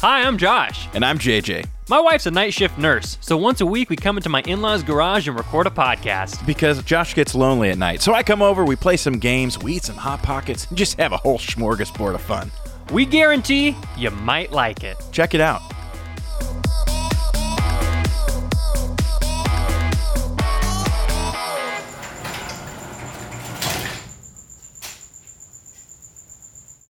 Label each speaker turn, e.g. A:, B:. A: Hi, I'm Josh.
B: And I'm JJ.
A: My wife's a night shift nurse, so once a week we come into my in law's garage and record a podcast.
B: Because Josh gets lonely at night. So I come over, we play some games, we eat some Hot Pockets, and just have a whole smorgasbord of fun.
A: We guarantee you might like it.
B: Check it out.